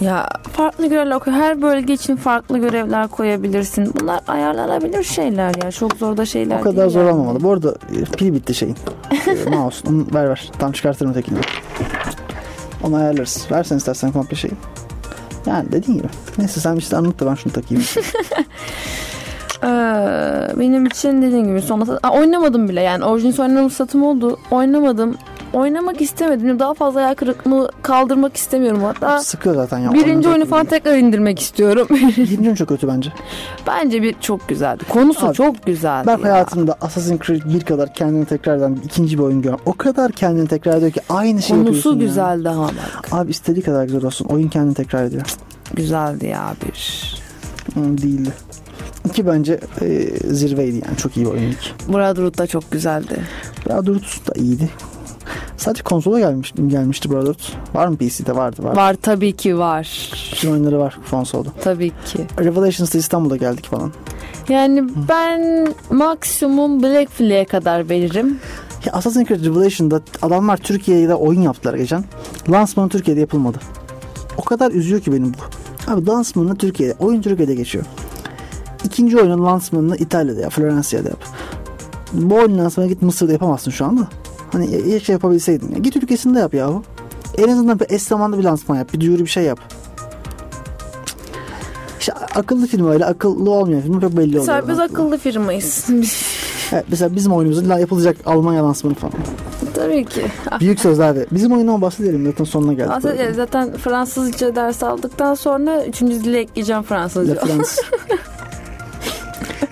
Speaker 4: Ya farklı görevler koy. Her bölge için farklı görevler koyabilirsin. Bunlar ayarlanabilir şeyler ya. Çok zor da şeyler
Speaker 3: O kadar
Speaker 4: değil
Speaker 3: zor
Speaker 4: yani.
Speaker 3: olmamalı. Bu arada e, pil bitti şeyin. E, Mouse'un. Onu ver ver. Tam çıkartırım tekini. Onu ayarlarız. Versen istersen komple şeyi. Yani dediğin gibi. Neyse sen bir şey anlat da ben şunu takayım.
Speaker 4: Ee, benim için dediğim gibi son sat- Aa, oynamadım bile yani orijinal oynamadım satım oldu. Oynamadım. Oynamak istemedim. Daha fazla hayal kırıklığını kaldırmak istemiyorum hatta.
Speaker 3: Sıkıyor zaten ya.
Speaker 4: Birinci
Speaker 3: Oyuncak
Speaker 4: oyunu falan
Speaker 3: gibi.
Speaker 4: tekrar indirmek istiyorum.
Speaker 3: Birinci oyun çok kötü bence.
Speaker 4: Bence bir çok güzeldi. Konusu
Speaker 3: Abi,
Speaker 4: çok güzeldi.
Speaker 3: Ben
Speaker 4: ya.
Speaker 3: hayatımda Assassin's Creed 1 kadar kendini tekrardan ikinci bir oyun görüyorum. O kadar kendini tekrar ediyor ki aynı şeyi şey yapıyorsun
Speaker 4: Konusu
Speaker 3: ya.
Speaker 4: güzeldi ama bak.
Speaker 3: Abi istediği kadar güzel olsun. Oyun kendini tekrar ediyor.
Speaker 4: Güzeldi ya bir.
Speaker 3: Hmm, değildi. İki bence e, zirveydi yani. Çok iyi bir oyundu.
Speaker 4: Brotherhood da çok güzeldi.
Speaker 3: Brotherhood da iyiydi. Sadece konsola gelmiş, gelmişti Brotherhood. Var mı PC'de? Vardı. Vardı.
Speaker 4: Var tabii ki var.
Speaker 3: Bütün oyunları var konsolda.
Speaker 4: Tabii ki.
Speaker 3: Revelations'da İstanbul'a geldik falan.
Speaker 4: Yani ben maksimum Black Flag'e kadar veririm.
Speaker 3: Ya Assassin's Creed Revelation'da adamlar Türkiye'de oyun yaptılar geçen. Lansmanı Türkiye'de yapılmadı. O kadar üzüyor ki benim bu. Abi lansmanı Türkiye'de, oyun Türkiye'de geçiyor. İkinci oyunun lansmanını İtalya'da yap, Florensya'da yap. Bu oyunun lansmanı git Mısır'da yapamazsın şu anda. Hani ya- ya şey yapabilseydin. Ya. Git ülkesinde yap yahu. En azından bir eş zamanlı bir lansman yap. Bir duyuru bir şey yap. İşte akıllı firma öyle akıllı olmayan firma çok belli oluyor.
Speaker 4: Mesela biz akıllı firmayız.
Speaker 3: Evet, mesela bizim oyunumuzun la- yapılacak Almanya lansmanı falan.
Speaker 4: Tabii ki.
Speaker 3: Büyük sözler ve bizim oyundan bahsedelim zaten sonuna geldik.
Speaker 4: Aslında ya zaten Fransızca ders aldıktan sonra üçüncü dile ekleyeceğim
Speaker 3: La
Speaker 4: Fransızca.
Speaker 3: France.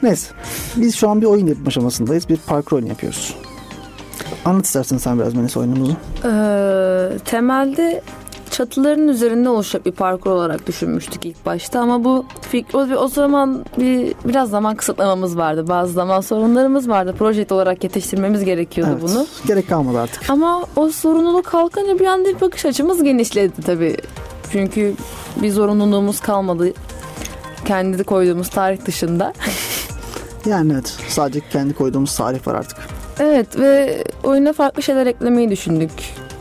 Speaker 3: Neyse. Biz şu an bir oyun yapma aşamasındayız. Bir parkur oyunu yapıyoruz. Anlat istersen sen biraz Melis oyunumuzu.
Speaker 4: Ee, temelde çatıların üzerinde oluşacak bir parkur olarak düşünmüştük ilk başta ama bu fikri o, o zaman bir biraz zaman kısıtlamamız vardı. Bazı zaman sorunlarımız vardı. Proje olarak yetiştirmemiz gerekiyordu
Speaker 3: Evet.
Speaker 4: bunu.
Speaker 3: Gerek kalmadı artık.
Speaker 4: Ama o sorumluluk kalkınca bir anda bir bakış açımız genişledi tabii. Çünkü bir zorunluluğumuz kalmadı. Kendi koyduğumuz tarih dışında.
Speaker 3: Yani evet. Sadece kendi koyduğumuz tarih var artık.
Speaker 4: Evet ve oyuna farklı şeyler eklemeyi düşündük.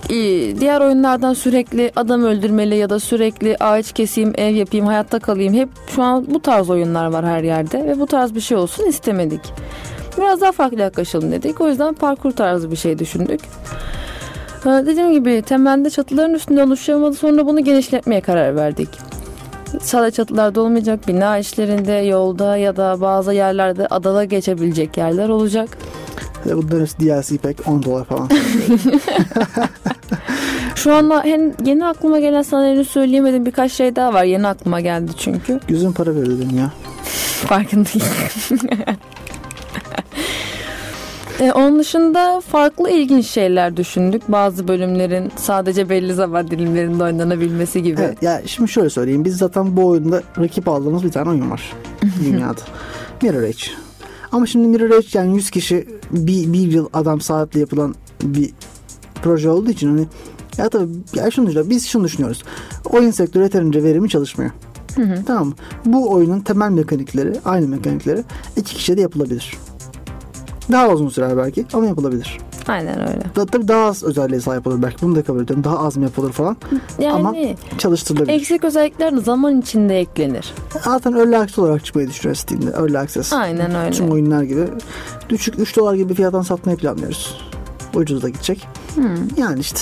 Speaker 4: İyi, Diğer oyunlardan sürekli adam öldürmeli ya da sürekli ağaç keseyim, ev yapayım, hayatta kalayım. Hep şu an bu tarz oyunlar var her yerde ve bu tarz bir şey olsun istemedik. Biraz daha farklı yaklaşalım dedik. O yüzden parkur tarzı bir şey düşündük. Ee, Dediğim gibi temelde çatıların üstünde oluşuyor sonra bunu genişletmeye karar verdik. Sadece çatılarda olmayacak, bina işlerinde, yolda ya da bazı yerlerde adala geçebilecek yerler olacak.
Speaker 3: Ve bunların hepsi DLC pek 10 dolar falan.
Speaker 4: Şu anda hem yeni aklıma gelen sana henüz söyleyemedim birkaç şey daha var. Yeni aklıma geldi çünkü.
Speaker 3: Gözüm para verildi ya.
Speaker 4: Farkındayım. E, onun dışında farklı ilginç şeyler düşündük. Bazı bölümlerin sadece belli zaman dilimlerinde oynanabilmesi gibi.
Speaker 3: Evet. Ya şimdi şöyle söyleyeyim. Biz zaten bu oyunda rakip aldığımız bir tane oyun var. Dünyada. Mirror Edge. Ama şimdi Mirror Edge yani 100 kişi bir, bir yıl adam saatle yapılan bir proje olduğu için hani ya tabii ya şunu düşünüyorum, biz şunu düşünüyoruz. Oyun sektörü yeterince verimli çalışmıyor. Tamam mı? Bu oyunun temel mekanikleri, aynı mekanikleri iki kişide yapılabilir. Daha uzun sürer belki ama yapılabilir.
Speaker 4: Aynen öyle.
Speaker 3: Da, tabii daha az özelliğe sahip olur belki. Bunu da kabul ediyorum. Daha az mı yapılır falan.
Speaker 4: Yani
Speaker 3: Ama çalıştırılabilir.
Speaker 4: eksik özellikler zaman içinde eklenir.
Speaker 3: Zaten Early Access olarak çıkmayı düşünüyoruz Steam'de. Early Access.
Speaker 4: Aynen öyle.
Speaker 3: Tüm oyunlar gibi. Düşük 3 dolar gibi bir fiyattan satmayı planlıyoruz. Ucuz da gidecek.
Speaker 4: Hmm.
Speaker 3: Yani işte.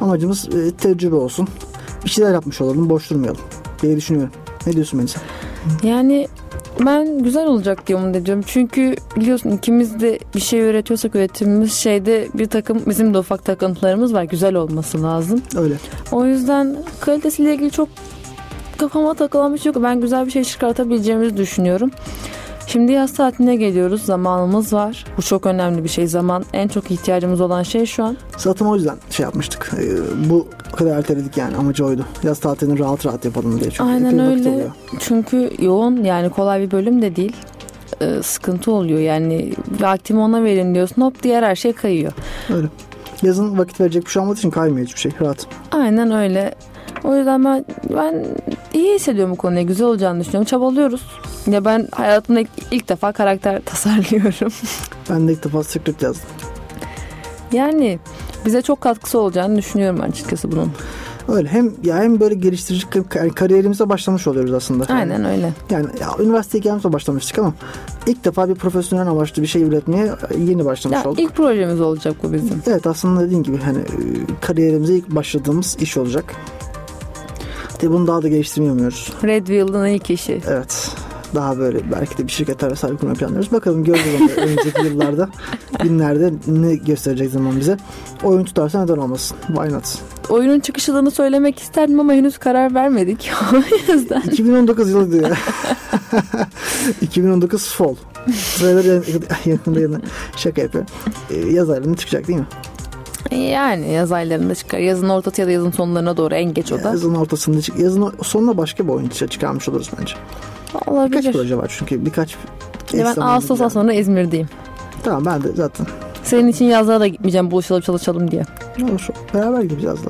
Speaker 3: Amacımız e, tecrübe olsun. Bir şeyler yapmış olalım, boş durmayalım diye düşünüyorum. Ne diyorsun Melisa?
Speaker 4: Yani ben güzel olacak diye umut ediyorum. Çünkü biliyorsun ikimiz de bir şey üretiyorsak üretimimiz şeyde bir takım bizim de ufak takıntılarımız var. Güzel olması lazım.
Speaker 3: Öyle.
Speaker 4: O yüzden kalitesiyle ilgili çok kafama takılan bir şey yok. Ben güzel bir şey çıkartabileceğimizi düşünüyorum. Şimdi yaz tatiline geliyoruz. Zamanımız var. Bu çok önemli bir şey. Zaman en çok ihtiyacımız olan şey şu an.
Speaker 3: Satım o yüzden şey yapmıştık. E, bu kadar erteledik yani amacı oydu. Yaz tatilini rahat rahat yapalım diye. Çünkü
Speaker 4: Aynen
Speaker 3: epey vakit
Speaker 4: öyle.
Speaker 3: oluyor.
Speaker 4: Çünkü yoğun yani kolay bir bölüm de değil. Ee, sıkıntı oluyor yani vaktimi ona verin diyorsun hop diğer her şey kayıyor.
Speaker 3: Öyle. Yazın vakit verecek bir şey olmadığı için kaymıyor hiçbir şey. Rahat.
Speaker 4: Aynen öyle. O yüzden ben ben iyi hissediyorum bu konuya. Güzel olacağını düşünüyorum. Çabalıyoruz. Ya ben hayatımda ilk, ilk defa karakter tasarlıyorum.
Speaker 3: Ben de ilk defa script yazdım.
Speaker 4: yani bize çok katkısı olacağını düşünüyorum ben açıkçası bunun.
Speaker 3: Öyle hem ya hem böyle geliştirici kar- yani kariyerimize başlamış oluyoruz aslında.
Speaker 4: Aynen öyle.
Speaker 3: Yani ya, üniversiteye gelmişse başlamıştık ama ilk defa bir profesyonel amaçlı bir şey üretmeye e, yeni başlamış
Speaker 4: Ya
Speaker 3: olduk.
Speaker 4: ilk projemiz olacak bu bizim.
Speaker 3: Evet aslında dediğin gibi hani e, kariyerimize ilk başladığımız iş olacak. De bunu daha da geliştirmiyoruz.
Speaker 4: Red Wheel'ın ilk işi.
Speaker 3: Evet. Daha böyle belki de bir şirketler vesaire kurmayı planlıyoruz. Bakalım göreceğiz onu önümüzdeki yıllarda. Günlerde ne gösterecek zaman bize. Oyun tutarsa neden olmasın? Why not?
Speaker 4: Oyunun çıkış yılını söylemek isterdim ama henüz karar vermedik. o yüzden.
Speaker 3: 2019 yılı diyor. 2019 fall. Trailer yakında, yakında yakında- şaka yapıyor. Ee, Yaz aylarında çıkacak değil mi?
Speaker 4: Yani yaz aylarında çıkar. Yazın ortası ya da yazın sonlarına doğru en geç o da.
Speaker 3: Yazın ortasında çık. Yazın sonuna başka bir oyun çık- çıkarmış oluruz bence. Birkaç
Speaker 4: Olabilir.
Speaker 3: proje var çünkü birkaç
Speaker 4: Ya ben
Speaker 3: eş zamanlı
Speaker 4: Ağustos'tan
Speaker 3: yani.
Speaker 4: sonra İzmir'deyim.
Speaker 3: Tamam ben de zaten.
Speaker 4: Senin için yazlara da gitmeyeceğim buluşalım çalışalım diye.
Speaker 3: Olur. Beraber gideceğiz da.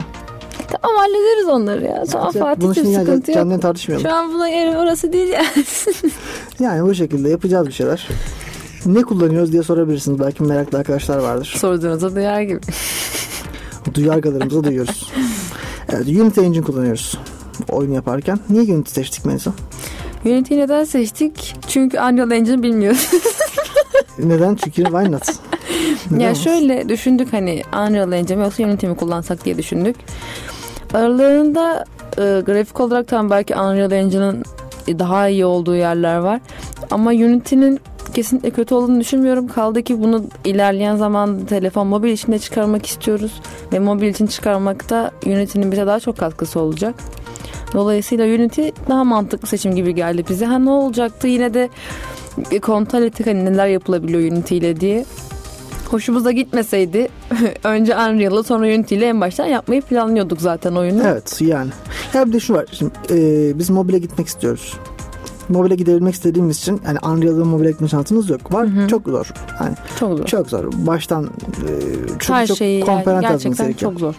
Speaker 4: Tamam hallederiz onları ya. Tamam
Speaker 3: Sen- Bunu
Speaker 4: Fatih'cim
Speaker 3: şimdi yani
Speaker 4: sıkıntı yok.
Speaker 3: kendini tartışmayalım.
Speaker 4: Şu an buna yeri orası değil ya.
Speaker 3: Yani bu şekilde yapacağız bir şeyler. Ne kullanıyoruz diye sorabilirsiniz. Belki meraklı arkadaşlar vardır.
Speaker 4: Sorduğunuza duyar gibi.
Speaker 3: Duyargalarımızı duyuyoruz. Evet, Unity Engine kullanıyoruz oyunu yaparken. Niye Unity seçtik Melisa?
Speaker 4: Unity'yi neden seçtik? Çünkü Unreal Engine bilmiyoruz.
Speaker 3: Neden? Çünkü why not? Neden
Speaker 4: ya
Speaker 3: olmaz?
Speaker 4: şöyle düşündük hani Unreal Engine mi yoksa Unity mi kullansak diye düşündük. Aralarında e, grafik olarak tam belki Unreal Engine'ın daha iyi olduğu yerler var. Ama Unity'nin kesinlikle kötü olduğunu düşünmüyorum. Kaldı ki bunu ilerleyen zaman telefon mobil içinde çıkarmak istiyoruz. Ve mobil için çıkarmakta Unity'nin bize daha çok katkısı olacak. Dolayısıyla Unity daha mantıklı seçim gibi geldi bize. Ha ne olacaktı yine de e, kontrol ettik hani neler yapılabiliyor Unity ile diye. Hoşumuza gitmeseydi önce Unreal'ı sonra Unity ile en baştan yapmayı planlıyorduk zaten oyunu.
Speaker 3: Evet yani. Ya bir de şu var. Şimdi, e, biz mobile gitmek istiyoruz. Mobile gidebilmek istediğimiz için yani Unreal'da mobile gitme şansımız yok. Var çok zor. Yani
Speaker 4: Çok zor.
Speaker 3: çok zor. Baştan e, çok,
Speaker 4: Her
Speaker 3: çok
Speaker 4: şeyi yani
Speaker 3: komponent yazmanız
Speaker 4: gerçekten
Speaker 3: gerekiyor.
Speaker 4: çok zor.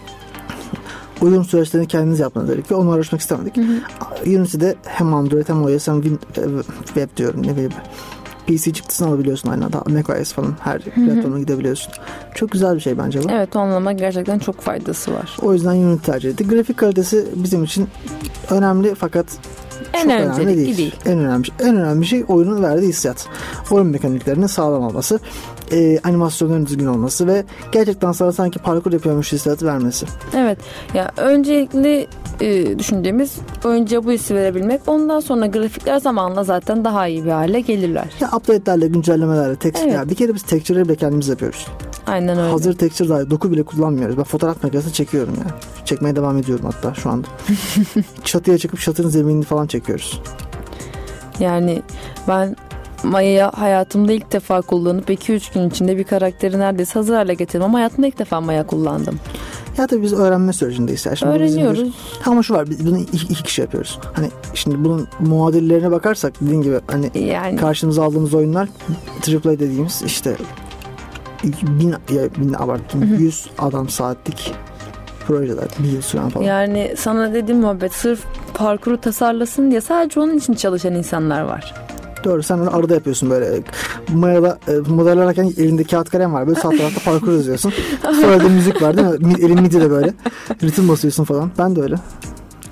Speaker 3: Uyum süreçlerini kendiniz yapmanız gerekiyor. Onunla uğraşmak istemedik. Unity'de hem Android hem iOS hem Win- e, web diyorum ne bileyim. PC çıktısını alabiliyorsun aynı anda. macOS falan her platforma gidebiliyorsun. Çok güzel bir şey bence bu.
Speaker 4: Evet o anlamak gerçekten çok faydası var.
Speaker 3: O yüzden Unity tercih ettik. Grafik kalitesi bizim için önemli fakat
Speaker 4: En şey
Speaker 3: çok
Speaker 4: öncelikli
Speaker 3: önemli değil.
Speaker 4: değil.
Speaker 3: En önemli, en önemli şey oyunun verdiği hissiyat. Oyun mekaniklerinin sağlam olması, e, animasyonların düzgün olması ve gerçekten sana sanki parkur yapıyormuş hissiyatı vermesi.
Speaker 4: Evet. Ya öncelikli e, düşüncemiz önce bu hissi verebilmek. Ondan sonra grafikler zamanla zaten daha iyi bir hale gelirler.
Speaker 3: Ya update'lerle, güncellemelerle, texture,
Speaker 4: Evet.
Speaker 3: ya bir kere biz texture'ları bile kendimiz yapıyoruz.
Speaker 4: Aynen öyle.
Speaker 3: Hazır texture dahi doku bile kullanmıyoruz. Ben fotoğraf makinesi çekiyorum yani. Çekmeye devam ediyorum hatta şu anda. Çatıya çıkıp çatının zeminini falan çekiyoruz.
Speaker 4: Yani ben Maya'ya hayatımda ilk defa kullanıp 2-3 gün içinde bir karakteri neredeyse hazır hale getirdim ama hayatımda ilk defa Maya kullandım.
Speaker 3: Ya tabii biz öğrenme sürecindeyiz. ya. Şimdi bu bizim bir-
Speaker 4: Öğreniyoruz.
Speaker 3: Ama şu var biz bunu iki, iki kişi yapıyoruz. Hani şimdi bunun muadillerine bakarsak dediğin gibi hani
Speaker 4: Yani
Speaker 3: karşımıza aldığımız oyunlar AAA dediğimiz işte bin, ya bin abarttım 100 adam saatlik projeler bir yıl süren falan.
Speaker 4: yani sana dediğim muhabbet sırf parkuru tasarlasın diye sadece onun için çalışan insanlar var.
Speaker 3: Doğru sen onu arada yapıyorsun böyle mayada e, model ararken elinde kağıt kalem var böyle sağ tarafta parkur yazıyorsun. Sonra da müzik var değil mi? Mi- Elin midi de böyle ritim basıyorsun falan. Ben de öyle.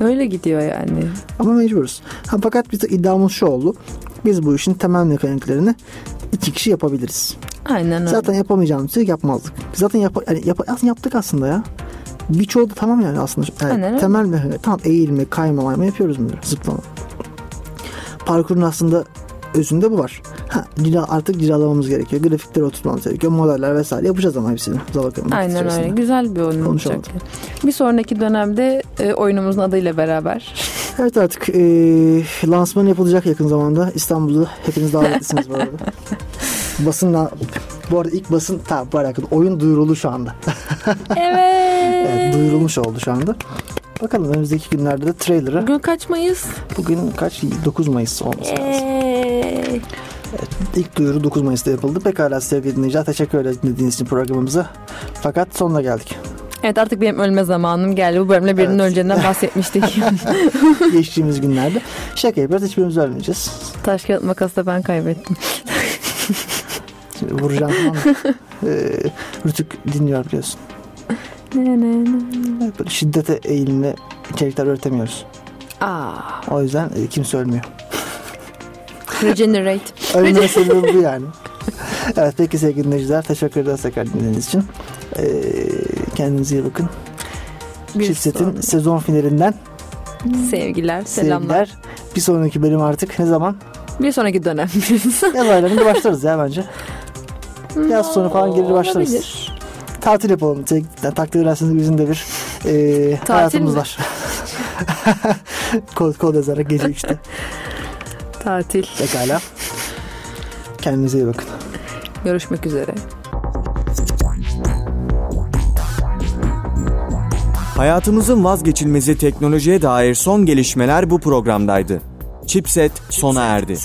Speaker 4: Öyle gidiyor yani.
Speaker 3: Ama mecburuz. Ha, fakat biz de iddiamız şu oldu. Biz bu işin temel mekaniklerini iki kişi yapabiliriz.
Speaker 4: Aynen öyle.
Speaker 3: Zaten yapamayacağımız şey yapmazdık. Zaten yap, yani yap- aslında yaptık aslında ya. Birçoğu da tamam yani aslında. Yani
Speaker 4: Aynen öyle.
Speaker 3: temel mekanik. Tamam eğilme, kayma, mayma yapıyoruz bunları. Zıplama. Parkurun aslında özünde bu var. Ha, cila, artık cilalamamız gerekiyor. Grafikleri oturtmamız gerekiyor. Modeller vesaire yapacağız ama hepsini. Zavakanın
Speaker 4: Aynen öyle. Güzel bir oyun
Speaker 3: Konuşamadım.
Speaker 4: olacak. Bir sonraki dönemde e, oyunumuzun adıyla beraber.
Speaker 3: Evet artık eee lansman yapılacak yakın zamanda. İstanbul'da hepiniz davetlisiniz bu arada. Basınla bu arada ilk basın tamam bu alakalı. Oyun duyuruldu şu anda.
Speaker 4: evet.
Speaker 3: Evet, duyurulmuş oldu şu anda. Bakalım önümüzdeki günlerde de trailer'ı.
Speaker 4: Bugün kaçmayız.
Speaker 3: Bugün kaç? 9 Mayıs
Speaker 4: Ee.
Speaker 3: olması lazım.
Speaker 4: Eee.
Speaker 3: İlk duyuru 9 Mayıs'ta yapıldı. Pekala sevgili dinleyiciler teşekkür ederiz dinlediğiniz için programımıza. Fakat sonuna geldik.
Speaker 4: Evet artık benim ölme zamanım geldi. Bu bölümle birinin
Speaker 3: Evet.
Speaker 4: önceden bahsetmiştik.
Speaker 3: Geçtiğimiz günlerde. Şaka yapıyoruz hiçbirimiz ölmeyeceğiz.
Speaker 4: Taş kağıt makas da ben kaybettim.
Speaker 3: Şimdi vuracağım tamam mı? Ee, Rütük dinliyor biliyorsun.
Speaker 4: Ne ne ne.
Speaker 3: Evet, böyle şiddete eğilimli içerikler öğretemiyoruz.
Speaker 4: Aa,
Speaker 3: O yüzden e, kimse ölmüyor.
Speaker 4: regenerate.
Speaker 3: Ölme sebebi bu yani. Evet peki sevgili dinleyiciler teşekkür ederiz tekrar dinlediğiniz için. Ee, kendinize iyi bakın.
Speaker 4: Bir
Speaker 3: Çift setin
Speaker 4: sonraki.
Speaker 3: sezon finalinden
Speaker 4: Sevgiler, selamlar.
Speaker 3: sevgiler. Bir sonraki bölüm artık ne zaman?
Speaker 4: Bir sonraki dönem.
Speaker 3: Yaz aylarında başlarız ya bence. Yaz sonu falan gelir başlarız.
Speaker 4: Hmm, Olabilir.
Speaker 3: Tatil yapalım. Tek, yani takdir ederseniz bizim de bir e,
Speaker 4: Tatil
Speaker 3: hayatımız
Speaker 4: mi?
Speaker 3: var. kod, kod yazarak gece 3'te.
Speaker 4: Tatil.
Speaker 3: Pekala. Kendinize iyi bakın.
Speaker 4: Görüşmek üzere.
Speaker 1: Hayatımızın vazgeçilmezi teknolojiye dair son gelişmeler bu programdaydı. Chipset sona erdi.